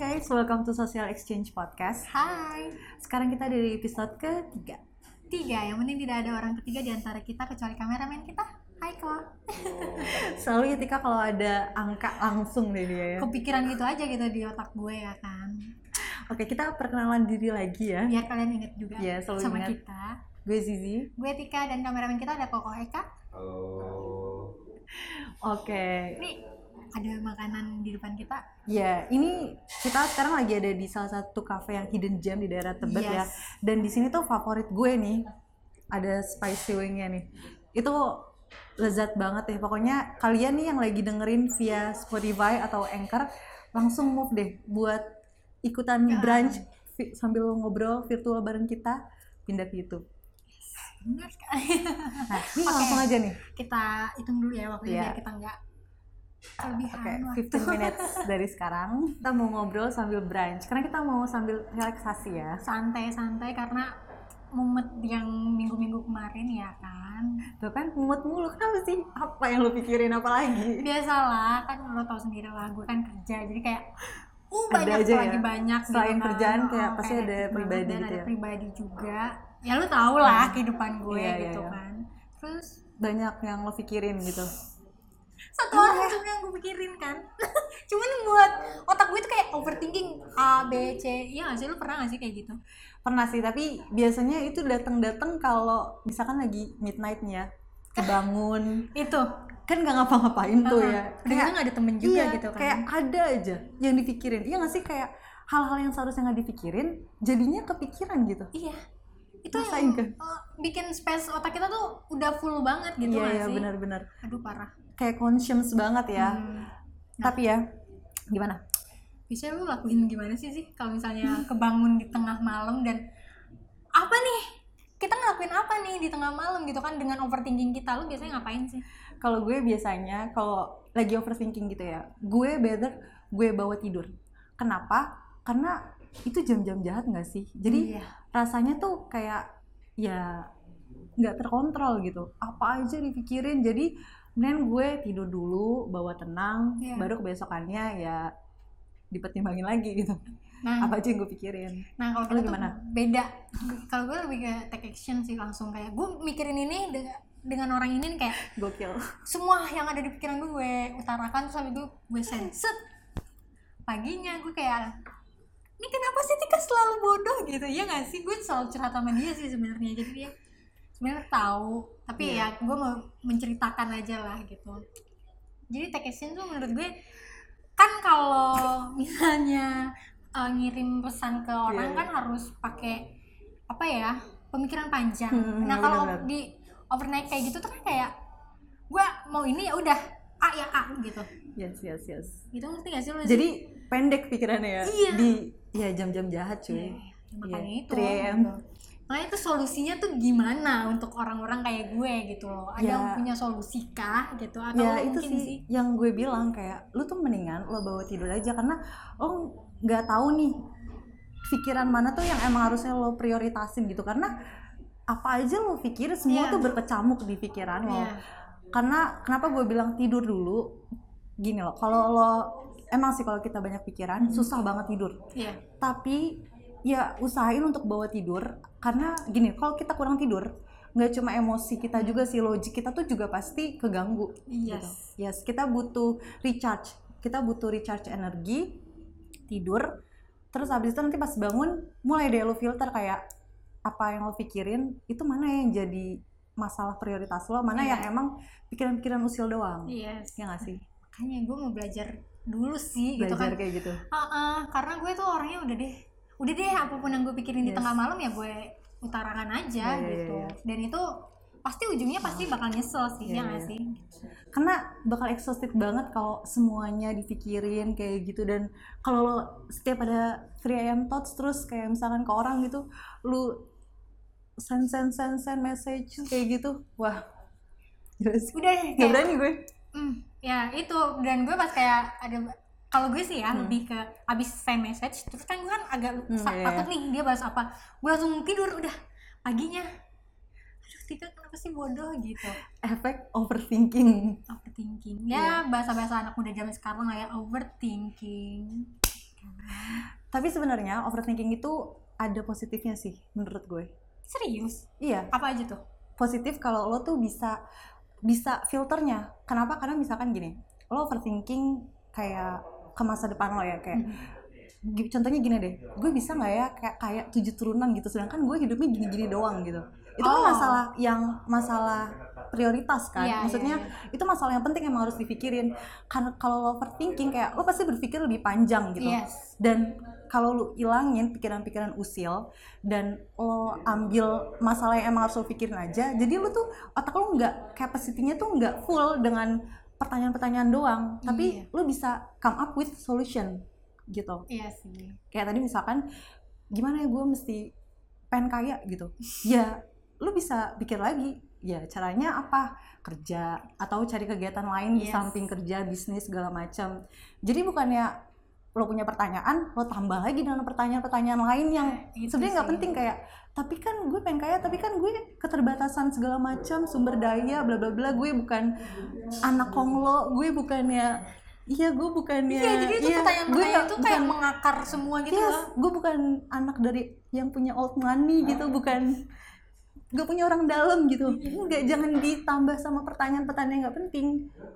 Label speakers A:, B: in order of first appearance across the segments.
A: guys, welcome to Social Exchange Podcast.
B: Hai,
A: Sekarang kita dari episode ketiga.
B: tiga. Yang penting tidak ada orang ketiga di antara kita kecuali kameramen kita. Hai kok.
A: Selalu ketika kalau ada angka langsung deh dia ya.
B: Kepikiran gitu aja gitu di otak gue ya kan.
A: Oke, kita perkenalan diri lagi ya.
B: Biar kalian inget juga
A: Iya, selalu
B: sama
A: ingat.
B: kita.
A: Gue Zizi.
B: Gue Tika dan kameramen kita ada Koko Eka.
C: Halo.
A: Oke.
B: Nih ada makanan di depan kita.
A: Ya, ini kita sekarang lagi ada di salah satu cafe yang hidden gem di daerah Tebet ya.
B: Yes.
A: Dan di sini tuh favorit gue nih. Ada spicy wingnya nih. Itu lezat banget deh. Pokoknya kalian nih yang lagi dengerin via Spotify atau Anchor langsung move deh buat ikutan
B: Ya.
A: brunch vi- sambil ngobrol virtual bareng kita pindah ke YouTube.
B: Benar sekali.
A: Nah, ini
B: Oke.
A: langsung aja nih.
B: kita hitung dulu ya waktunya
A: Iya.
B: biar kita nggak kelebihan
A: Oke,
B: waktu.
A: 15 minutes dari sekarang kita mau ngobrol sambil brunch karena kita mau sambil relaksasi ya.
B: Santai-santai karena mumet yang minggu-minggu kemarin ya kan.
A: Tuh kan mumet mulu, kenapa sih? Apa yang lu pikirin apa lagi?
B: biasalah kan lo tau sendiri lah gue kan kerja jadi kayak uh
A: Ada
B: banyak
A: aja
B: tuh lagi
A: ya.
B: banyak gitu
A: Selain
B: kan.
A: kerjaan
B: Oh,
A: kayak pasti ada
B: hektik banget.
A: pribadi
B: Dan
A: gitu
B: ada
A: ya.
B: pribadi juga ya lo tau lah kehidupan gue
A: Iya, iya,
B: gitu
A: iya.
B: kan terus
A: Banyak yang lo pikirin gitu.
B: satu
A: Iya.
B: orang cuma yang gue pikirin kan cuman buat otak gue tuh kayak overthinking a b c iya nggak sih lo pernah nggak sih kayak gitu
A: Pernah sih, tapi biasanya itu datang-datang kalau misalkan lagi midnight nih ya, kebangun.
B: itu
A: kan gak ngapa-ngapain tuh ya.
B: udah gitu nggak ada temen juga
A: iya,
B: gitu kan
A: Kayak ada aja yang dipikirin. Iya gak sih kayak hal-hal yang seharusnya nggak dipikirin jadinya kepikiran gitu.
B: iya itu
A: Rasain
B: yang
A: kan?
B: eh, bikin space otak kita tuh udah full banget gitu nggak
A: iya, iya
B: sih
A: benar-benar.
B: aduh parah
A: Kayak conscious banget ya.
B: Hmm.
A: Tapi ya gimana?
B: biasanya lu lakuin gimana sih sih kalau misalnya kebangun di tengah malam dan apa nih kita ngelakuin apa nih di tengah malam gitu kan dengan overthinking kita lu biasanya ngapain sih
A: Kalau gue biasanya kalau lagi overthinking gitu ya, gue better gue bawa tidur. Kenapa? Karena itu jam-jam jahat nggak sih? Jadi
B: Iya.
A: rasanya tuh kayak ya nggak terkontrol gitu. Apa aja dipikirin. Jadi mendingan gue tidur dulu, bawa tenang,
B: Iya.
A: baru kebesokannya ya dipertimbangin lagi gitu.
B: nah
A: Apa aja yang gue pikirin?
B: nah kalau
A: lu
B: kita tuh
A: gimana?
B: beda kalau gue lebih ke take action sih langsung kayak gue mikirin ini de- dengan orang ini nih kayak
A: Gokil.
B: semua yang ada di pikiran gue gue utarakan terus habis itu gue senset paginya gue kayak ini kenapa sih Tika selalu bodoh gitu ya nggak sih gue selalu curhat sama dia sih sebenarnya jadi dia sebenarnya tahu tapi
A: Iya.
B: ya gue mau menceritakan aja lah gitu jadi take action tuh menurut gue kan kalau misalnya eh, ngirim pesan ke orang
A: Iya,
B: kan harus pakai apa ya pemikiran panjang
A: Hmm,
B: nah kalau
A: benar-benar.
B: di overnight kayak gitu tuh kan kayak gue mau ini ya udah a ya a gitu
A: Yes, yes, yes.
B: gitu ngerti gak sih lo
A: Jadi pendek pikirannya ya
B: Iya.
A: di ya jam-jam jahat cuy.
B: Iya, makanya
A: Iya,
B: itu
A: 3 a.m..
B: gitu. makanya itu solusinya tuh gimana untuk orang-orang kayak gue gitu loh ada
A: Ya.
B: yang punya solusi kah gitu atau
A: ya itu
B: mungkin
A: sih, yang gue bilang kayak lu tuh mendingan lo bawa tidur aja karena lo nggak tahu nih pikiran mana tuh yang emang harusnya lo prioritasin gitu karena apa aja lo pikir semua
B: Iya.
A: tuh berkecamuk di pikiran lo
B: Iya.
A: karena kenapa gue bilang tidur dulu gini loh kalau lo emang sih kalau kita banyak pikiran
B: Hmm.
A: susah banget tidur
B: Iya.
A: tapi ya usahain untuk bawa tidur karena gini kalau kita kurang tidur nggak cuma emosi kita juga sih logik kita tuh juga pasti keganggu
B: Yes.
A: gitu. yes kita butuh recharge kita butuh recharge energi tidur terus habis itu nanti pas bangun mulai deh lo filter kayak apa yang lo pikirin itu mana yang jadi masalah prioritas lo mana
B: Iya.
A: yang emang pikiran-pikiran usil doang
B: yes
A: ya nggak sih
B: makanya gue mau belajar dulu sih gitu
A: belajar
B: kan
A: kayak gitu
B: Heeh, karena gue tuh orangnya udah deh udah deh apapun yang gue pikirin di
A: Yes.
B: tengah malam ya gue utarakan aja
A: Iya, iya,
B: gitu
A: iya.
B: dan itu pasti ujungnya pasti bakal nyesel sih
A: Iya,
B: ya nggak
A: iya.
B: sih
A: karena bakal exhausted banget kalau semuanya dipikirin kayak gitu dan kalau lo setiap ada 3 am thoughts terus kayak misalkan ke orang gitu lu send send send send message kayak gitu wah gila sih
B: udah
A: nggak
B: kayak
A: berani gue
B: Hmm, ya itu dan gue pas kayak ada kalau gue sih ya
A: Hmm.
B: lebih ke abis send message terus kan gue kan agak
A: Hmm,
B: sa-
A: iya,
B: takut nih dia bahas apa gue langsung tidur udah paginya aduh Tika kenapa sih bodoh gitu
A: efek overthinking Iya.
B: overthinking ya bahasa bahasa anak muda zaman sekarang lah ya overthinking
A: Tapi sebenarnya overthinking itu ada positifnya sih menurut gue.
B: Serius?
A: Iya,
B: Apa aja tuh?
A: positif kalau lo tuh bisa bisa filternya. Kenapa? Karena misalkan gini, lo overthinking kayak ke masa depan lo ya kayak
B: Hmm.
A: gi- contohnya gini deh, gue bisa nggak ya kayak kayak tujuh turunan gitu, sedangkan gue hidupnya gini-gini doang gitu. Itu kan
B: Oh.
A: masalah yang masalah prioritas kan,
B: Iya, iya,
A: maksudnya
B: iya.
A: itu masalah yang penting emang harus dipikirin. Karena kalau lo overthinking kayak lo pasti berpikir lebih
B: iya,
A: panjang gitu
B: Yes.
A: dan kalau lu ilangin pikiran-pikiran usil dan lo ambil masalah yang emang harus lo pikirin aja jadi lu tuh otak lu nggak capacity-nya tuh nggak full dengan pertanyaan-pertanyaan doang tapi lu bisa come up with solution gitu
B: Iya sih.
A: kayak tadi misalkan gimana ya gue mesti pengen kaya gitu ya lu bisa pikir lagi ya caranya apa kerja atau cari kegiatan lain di
B: Yes.
A: samping kerja bisnis segala macam jadi bukannya lo punya pertanyaan lo tambah lagi dengan pertanyaan-pertanyaan lain yang
B: Nah, itu
A: Kan sebenarnya nggak
B: sih.
A: penting kayak tapi kan gue pengen kaya tapi kan gue keterbatasan segala macam sumber daya bla bla bla gue bukan anak konglo gue bukannya iya gue bukannya
B: Iya, jadi itu
A: iya, gue
B: pertanyaan-pertanyaan
A: nggak-
B: itu kayak
A: bukan- Iya.
B: mengakar semua gitu
A: yes,
B: loh.
A: gue bukan anak dari yang punya old money gitu,
B: Nah,
A: bukan gak punya orang dalam gitu.
B: Iya,
A: Enggak, jangan ditambah sama pertanyaan-pertanyaan yang nggak penting.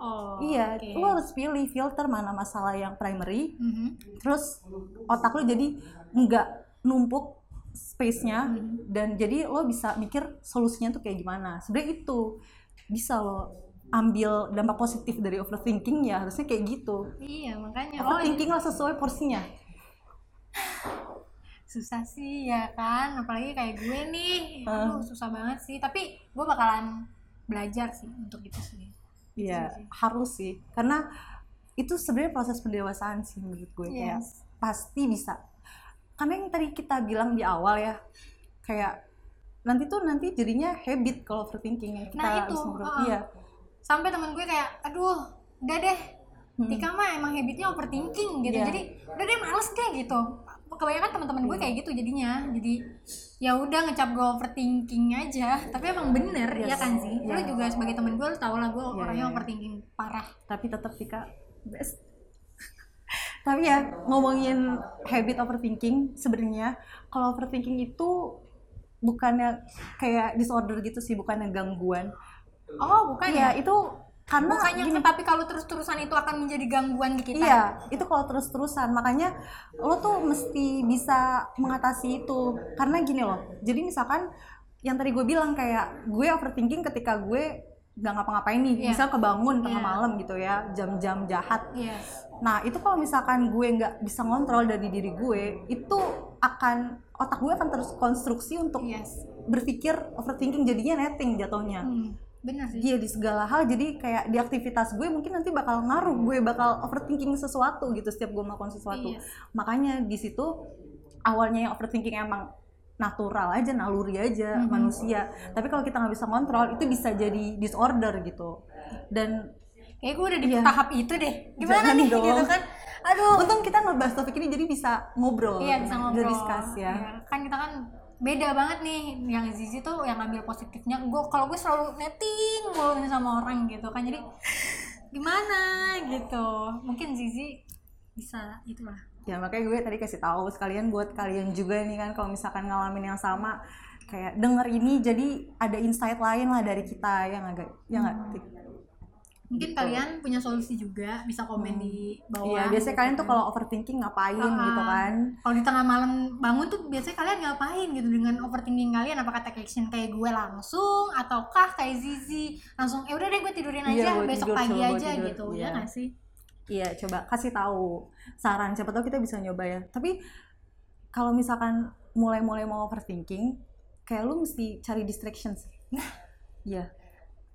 B: Oh,
A: iya,
B: oke.
A: lo harus pilih filter mana masalah yang primary,
B: Mhm.
A: terus otak lo jadi nggak numpuk space-nya
B: Hmm.
A: dan jadi lo bisa mikir solusinya tuh kayak gimana. Sebenarnya itu bisa lo ambil dampak positif dari overthinking ya harusnya kayak gitu.
B: Iya, makanya. Oh,
A: Overthinking lo sesuai porsinya.
B: susah sih ya kan apalagi kayak gue nih aduh susah banget sih tapi gue bakalan belajar sih untuk itu sih Itu
A: Iya,
B: sih.
A: harus sih. Karena itu sebenarnya proses pendewasaan sih menurut gue. Kayak
B: Yes.
A: pasti bisa. Karena yang tadi kita bilang di awal ya, kayak nanti tuh nanti jadinya habit kalau overthinking yang kita
B: Nah, itu,
A: habis ngobrol.
B: uh-uh.
A: Iya.
B: sampai temen gue kayak aduh udah deh Tika mah emang habitnya overthinking
A: Hmm.
B: gitu
A: Iya.
B: jadi udah deh males deh gitu kebanyakan teman-teman gue kayak gitu jadinya jadi ya udah ngecap gue overthinking aja tapi emang bener ya
A: Yes.
B: kan sih lu
A: Iya.
B: juga sebagai temen gue lu tau lah gue
A: Iya,
B: orangnya
A: iya.
B: overthinking parah
A: Tapi tetap Tika best. Tapi ya ngomongin habit overthinking sebenarnya kalau overthinking itu bukannya kayak disorder gitu sih, bukannya gangguan.
B: oh bukan ya
A: Iya, itu karena
B: bukannya
A: gini-
B: tapi kalau terus-terusan itu akan menjadi gangguan di kita
A: Iya, itu kalau terus-terusan. Makanya lo tuh mesti bisa mengatasi itu. Karena gini loh, jadi misalkan yang tadi gue bilang kayak gue overthinking ketika gue nggak ngapa-ngapain nih.
B: Iya.
A: Misal kebangun tengah
B: Iya.
A: malam gitu ya, jam-jam jahat.
B: Yes.
A: Nah, itu kalau misalkan gue nggak bisa ngontrol dari diri gue, itu akan otak gue akan terus konstruksi untuk
B: Yes.
A: Iya. berpikir overthinking jadinya netting jatuhnya
B: Hmm, benar sih.
A: dia di segala hal jadi kayak di aktivitas gue mungkin nanti bakal ngaruh gue bakal overthinking sesuatu gitu setiap gue melakukan sesuatu
B: Yes.
A: makanya di situ awalnya yang overthinking emang natural aja naluri aja manusia tapi kalau kita nggak bisa kontrol itu bisa jadi disorder gitu dan
B: Kayak gue udah di
A: Iya.
B: tahap itu deh. Gimana
A: Jangan
B: nih
A: dong.
B: gitu kan? Aduh.
A: untung kita ngebahas topik ini jadi bisa ngobrol
B: Iya bisa ngobrol.
A: bisa discuss ya
B: Iya, Kan kita kan beda banget nih yang Zizi tuh yang ngambil positifnya gue kalau gue selalu netting mulu nih sama orang gitu kan jadi gimana gitu mungkin Zizi bisa itulah
A: ya makanya gue tadi kasih tahu sekalian buat kalian juga nih kan kalau misalkan ngalamin yang sama kayak denger ini jadi ada insight lain lah dari kita yang agak yang nggak Gitu. Tik?
B: mungkin kalian punya solusi juga bisa komen di bawah gitu kan.
A: iya biasanya kalian tuh kalau overthinking ngapain gitu
B: Ah,
A: kan
B: Kalau di tengah malam bangun tuh biasanya kalian ngapain gitu dengan overthinking kalian apakah take action kayak gue langsung ataukah kayak Zizi langsung eh udah deh gue tidurin aja
A: Iya, gue
B: besok
A: tidur,
B: pagi
A: coba gue
B: aja
A: tidur,
B: gitu
A: iya.
B: ya nggak sih?
A: iya coba kasih tahu saran siapa tahu kita bisa nyoba ya tapi kalau misalkan mulai-mulai mau overthinking kayak lu mesti cari distraction sih iya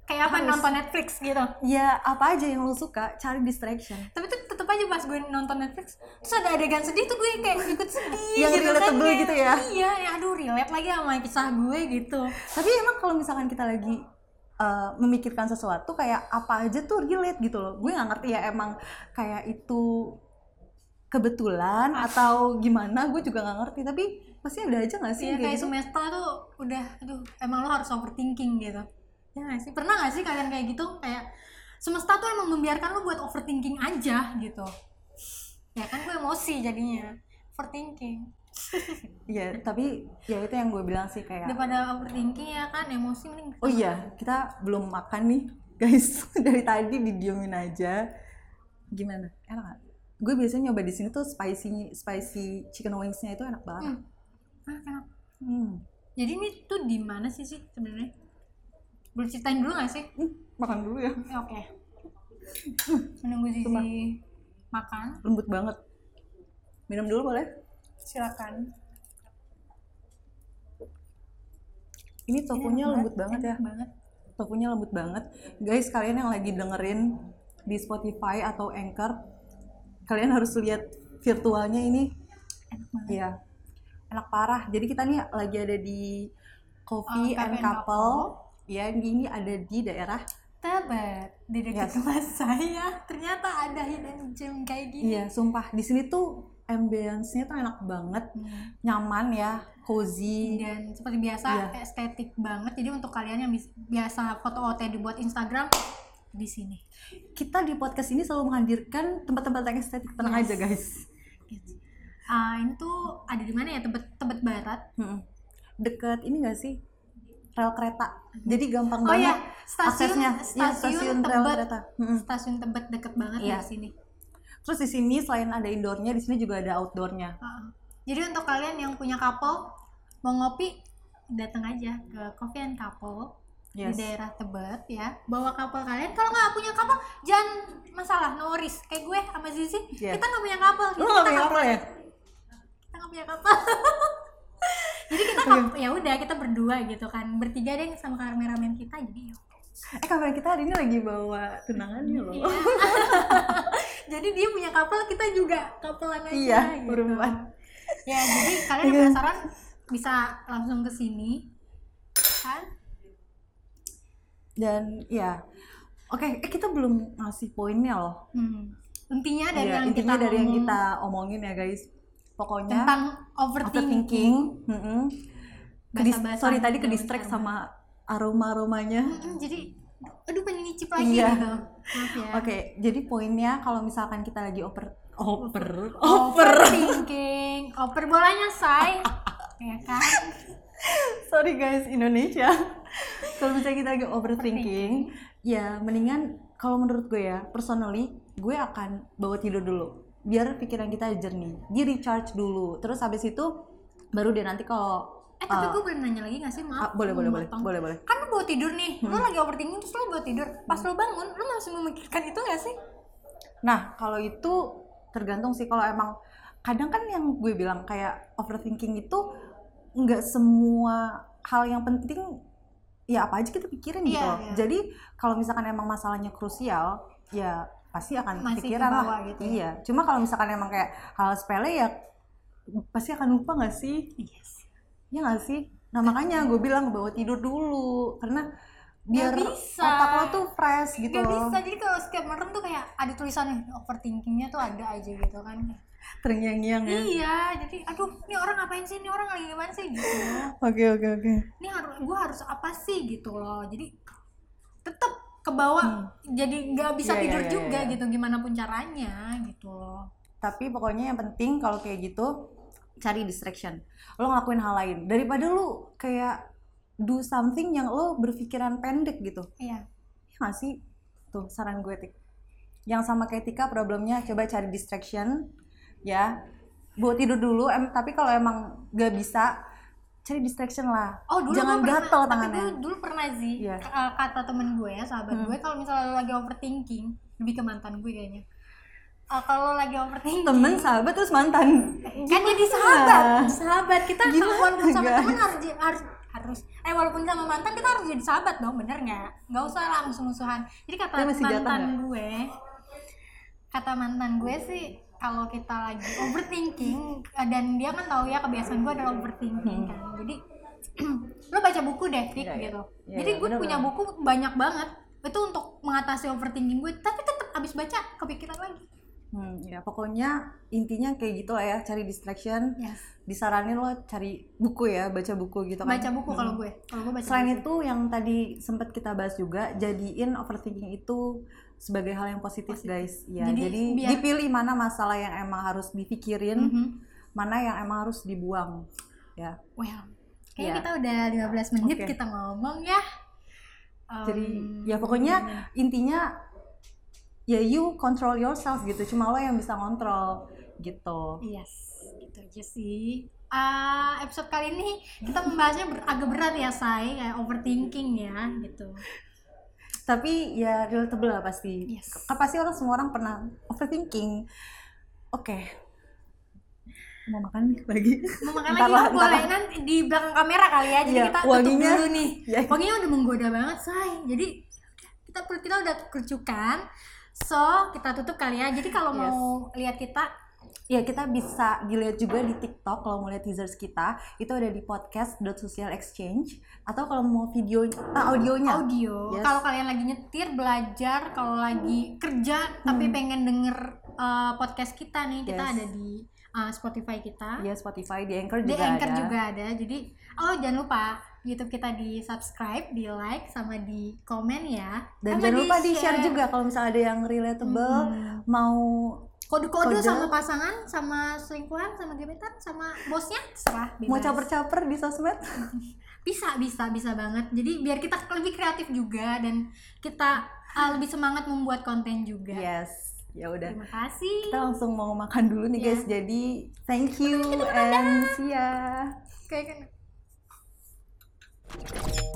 B: Kayak apa
A: Harus.
B: nonton Netflix gitu.
A: ya apa aja yang lu suka cari distraction
B: Tapi tuh tetep aja pas gue nonton Netflix terus ada adegan sedih tuh gue kayak ikut sedih
A: Yang
B: gitu kan.
A: relatable
B: kayak,
A: gitu ya.
B: Iya, ya aduh relate lagi sama kisah gue gitu.
A: tapi emang kalau misalkan kita lagi uh, memikirkan sesuatu kayak apa aja tuh relate gitu loh gue nggak ngerti ya emang kayak itu kebetulan atau gimana gue juga nggak ngerti tapi pasti ada aja nggak sih yang
B: Iya
A: kayak
B: kayak
A: gitu?
B: semesta tuh udah aduh emang lo harus overthinking gitu. Ya nggak sih? Pernah nggak sih kalian kayak gitu kayak semesta tuh emang membiarkan lo buat overthinking aja gitu. ya kan gue emosi jadinya overthinking
A: Iya, tapi ya itu yang gue bilang sih kayak
B: daripada overthinking ya kan emosi mending
A: Oh iya, kita belum makan nih, guys. Dari tadi didiemin aja. Gimana? Enak gak? Gue biasanya nyoba di sini tuh spicy spicy chicken wingsnya itu enak banget.
B: Hmm. Ah, kenapa?
A: Hmm.
B: jadi ini tuh di mana sih sih sebenarnya boleh ceritain dulu gak sih
A: Hmm, Makan dulu ya.
B: Eh, oke menunggu
A: Coba.
B: Zizi makan
A: Lembut banget. Minum dulu boleh?
B: silakan
A: Ini tofunya
B: Enak
A: lembut banget ya.
B: enak banget
A: Tofunya lembut banget. Guys, kalian yang lagi dengerin di Spotify atau Anchor, kalian harus lihat virtualnya ini.
B: enak banget
A: Iya. Enak parah. Jadi kita nih lagi ada di Coffee
B: Oh, Cafe
A: and
B: and
A: Couple. Ya, ini ada di daerah.
B: Tabat di dekat
A: Yes.
B: rumah saya ternyata ada hidden gem kayak gini
A: Iya, sumpah. Di sini tuh ambience-nya tuh enak banget,
B: Hmm.
A: nyaman ya, cozy.
B: dan seperti biasa
A: Iya.
B: estetik banget jadi untuk kalian yang bis- biasa foto OT dibuat Instagram di sini
A: Kita di podcast ini selalu menghadirkan tempat-tempat yang estetik tenang
B: Yes.
A: aja, guys.
B: Gitu. Ah, ini tuh ada di mana ya tebet tebet barat
A: Mm-mm. Deket ini gak sih? Rel kereta. Jadi gampang
B: oh
A: banget
B: ya stasiun
A: aksesnya. Iya,
B: stasiun,
A: stasiun rel
B: tebet
A: kereta. Mm-mm.
B: stasiun tebet deket banget
A: Iya.
B: di sini
A: Terus di sini selain ada indoornya, di sini juga ada outdoornya.
B: Ah. jadi untuk kalian yang punya couple mau ngopi datang aja ke Coffee and Couple
A: Yes.
B: di daerah Tebet ya bawa kapal kalian kalau nggak punya kapal jangan masalah no worries kayak gue sama Zizi
A: Yes.
B: kita nggak punya kapal
A: Lo
B: kita
A: gak punya apa ya?
B: kita nggak punya kapal jadi kita kap-
A: Iya.
B: ya udah kita berdua gitu kan bertiga deh sama kameramen kita jadi yuk.
A: Eh kamera kita hari ini lagi bawa tunangannya loh.
B: Iya. jadi dia punya kapal kita juga kapelan aja
A: Iya,
B: gitu.
A: berempat.
B: ya jadi kalian yang
A: Iya.
B: penasaran bisa langsung ke sini kan
A: Dan ya, oke eh, kita belum ngasih poinnya loh.
B: hmm. intinya dari
A: Iya,
B: yang
A: intinya
B: kita
A: dari yang
B: ngomong
A: kita omongin ya guys. Pokoknya
B: tentang
A: overthinking, mm-mm. Kedis-
B: Basah-basah,
A: sorry tadi ke
B: jangan
A: distract
B: karena.
A: sama aroma aromanya.
B: Mm-mm, jadi aduh pengen nyicip lagi
A: Iya.
B: gitu maaf ya
A: Oke, jadi poinnya kalau misalkan kita lagi over over
B: overthinking oper bolanya say ya kan
A: sorry guys Indonesia kalau misalnya kita lagi overthinking ya mendingan kalau menurut gue ya personally gue akan bawa tidur dulu biar pikiran kita jernih di recharge dulu terus habis itu baru deh nanti kalau
B: eh
A: uh,
B: tapi gue boleh nanya lagi gak sih
A: ah,
B: maaf
A: boleh boleh boleh
B: memotong.
A: boleh Hmm. boleh
B: kan lu bawa tidur nih lu lagi overthinking terus lu bawa tidur pas
A: Hmm.
B: lu bangun lu masih memikirkan itu gak sih
A: nah kalau itu tergantung sih kalau emang kadang kan yang gue bilang kayak overthinking itu nggak semua hal yang penting ya apa aja kita pikirin gitu
B: Iya,
A: loh.
B: iya.
A: Jadi kalau misalkan emang masalahnya krusial, ya pasti akan
B: Masih
A: pikiran lah.
B: kebawa gitu ya.
A: Iya. Cuma kalau misalkan emang kayak hal sepele ya pasti akan lupa nggak sih?
B: yes.
A: Ya nggak sih. Nah makanya gue bilang bawa tidur dulu karena biar
B: bisa.
A: otak lo tuh fresh gitu
B: Gak
A: loh.
B: bisa, jadi kalau setiap merem tuh kayak ada tulisannya overthinkingnya tuh ada aja gitu kan
A: Terngiang-ngiang ya.
B: Iya, jadi aduh ini orang ngapain sih, ini orang lagi gimana sih gitu
A: Oke oke oke.
B: Ini harus, gue harus apa sih gitu loh, jadi tetap ke bawah jadi nggak bisa
A: Hmm. Iya, iya,
B: tidur
A: iya,
B: juga
A: iya.
B: gitu gimana pun caranya gitu loh
A: tapi pokoknya yang penting kalau kayak gitu cari distraction lo ngelakuin hal lain daripada lo kayak do something yang lo berpikiran pendek gitu
B: iya
A: ya nggak sih tuh saran gue tik yang sama kayak Tika problemnya coba cari distraction ya buat tidur dulu em, tapi kalau emang gak bisa cari distraction lah
B: Oh dulu
A: jangan
B: gua pernah-
A: gatel
B: tapi
A: tangannya
B: dulu, dulu pernah sih
A: Iya.
B: k- uh, kata temen gue ya sahabat
A: Hmm.
B: gue kalau misalnya lo lagi overthinking lebih ke mantan gue kayaknya. Uh, kalau lo lagi overthinking
A: temen sahabat terus mantan
B: kan jadi sahabat, sahabat kita
A: Gimana,
B: kalau walaupun sama
A: guys?
B: temen harus j- harus harus eh walaupun sama mantan kita harus jadi sahabat dong bener nggak? Nggak usah langsung musuhan. Jadi kata
A: Dia masih jatah
B: mantan
A: nggak?
B: gue, kata mantan gue sih kalau kita lagi overthinking eh, dan dia kan tahu ya kebiasaan gue adalah overthinking kan, jadi lo baca buku deh,
A: Hmm.
B: Fik,
A: Iya, iya.
B: gitu.
A: Iya,
B: jadi
A: iya,
B: gue
A: bener,
B: punya
A: bener.
B: buku banyak banget itu untuk mengatasi overthinking gue, tapi tetap abis baca kepikiran lagi.
A: Hmm, ya pokoknya intinya kayak gitu lah ya cari distraction
B: Yes.
A: disaranin lo cari buku ya baca buku gitu kan
B: Baca buku kalau gue, kalau gue baca
A: selain
B: buku.
A: itu yang tadi sempat kita bahas juga jadiin overthinking itu sebagai hal yang positif,
B: Positif.
A: guys. Ya,
B: Jadi,
A: jadi,
B: biar-
A: dipilih mana masalah yang emang harus dipikirin,
B: Mhm.
A: mana yang emang harus dibuang. Ya.
B: Well,
A: Iya.
B: kayaknya kita udah 15 menit
A: Oke.
B: kita ngomong ya. Um,
A: Jadi, ya
B: iya.
A: pokoknya intinya ya you control yourself gitu. Cuma lo yang bisa ngontrol gitu.
B: Yes, gitu aja sih. Ah, episode kali ini kita membahasnya ber- agak berat ya, Say, kayak overthinking ya, gitu.
A: Tapi ya relatable lah pasti.
B: Yes.
A: Kan Pasti orang semua orang pernah overthinking. Oke. Mau makan nih lagi.
B: Mau makan
A: Ntar
B: lagi
A: lah,
B: nggak
A: ntar
B: boleh nanti di belakang kamera kali ya, jadi
A: Iya,
B: kita tutup
A: wanginya-
B: dulu nih.
A: Iya.
B: Wanginya udah menggoda banget, Say. Jadi kita perut kita udah kerucukan. So, kita tutup kali ya. Jadi kalau
A: Yes.
B: mau lihat kita
A: Ya kita bisa dilihat juga di TikTok kalau mau lihat teasers kita itu ada di podcast.socialexchange atau kalau mau video ah, audionya
B: audio.
A: Yes.
B: Kalau kalian lagi nyetir, belajar, kalau lagi kerja tapi
A: Hmm.
B: pengen denger uh, podcast kita nih, kita
A: Yes.
B: ada di uh, Spotify kita.
A: ya Spotify di Anchor
B: Di
A: juga
B: Anchor
A: ada.
B: juga ada. Jadi oh jangan lupa YouTube kita di subscribe, di like sama di komen ya.
A: Dan
B: Sama
A: jangan lupa di share juga kalau misalnya ada yang relatable
B: Mm-mm.
A: mau
B: Kode-kode
A: Kode.
B: sama pasangan, sama selingkuhan, sama gebetan, sama bosnya, serah
A: mau caper-caper di sosmed
B: bisa bisa bisa banget jadi biar kita lebih kreatif juga dan kita uh, lebih semangat membuat konten juga
A: yes ya udah
B: terima kasih
A: kita langsung mau makan dulu nih
B: Iya.
A: guys jadi thank you and see ya
B: Kayak-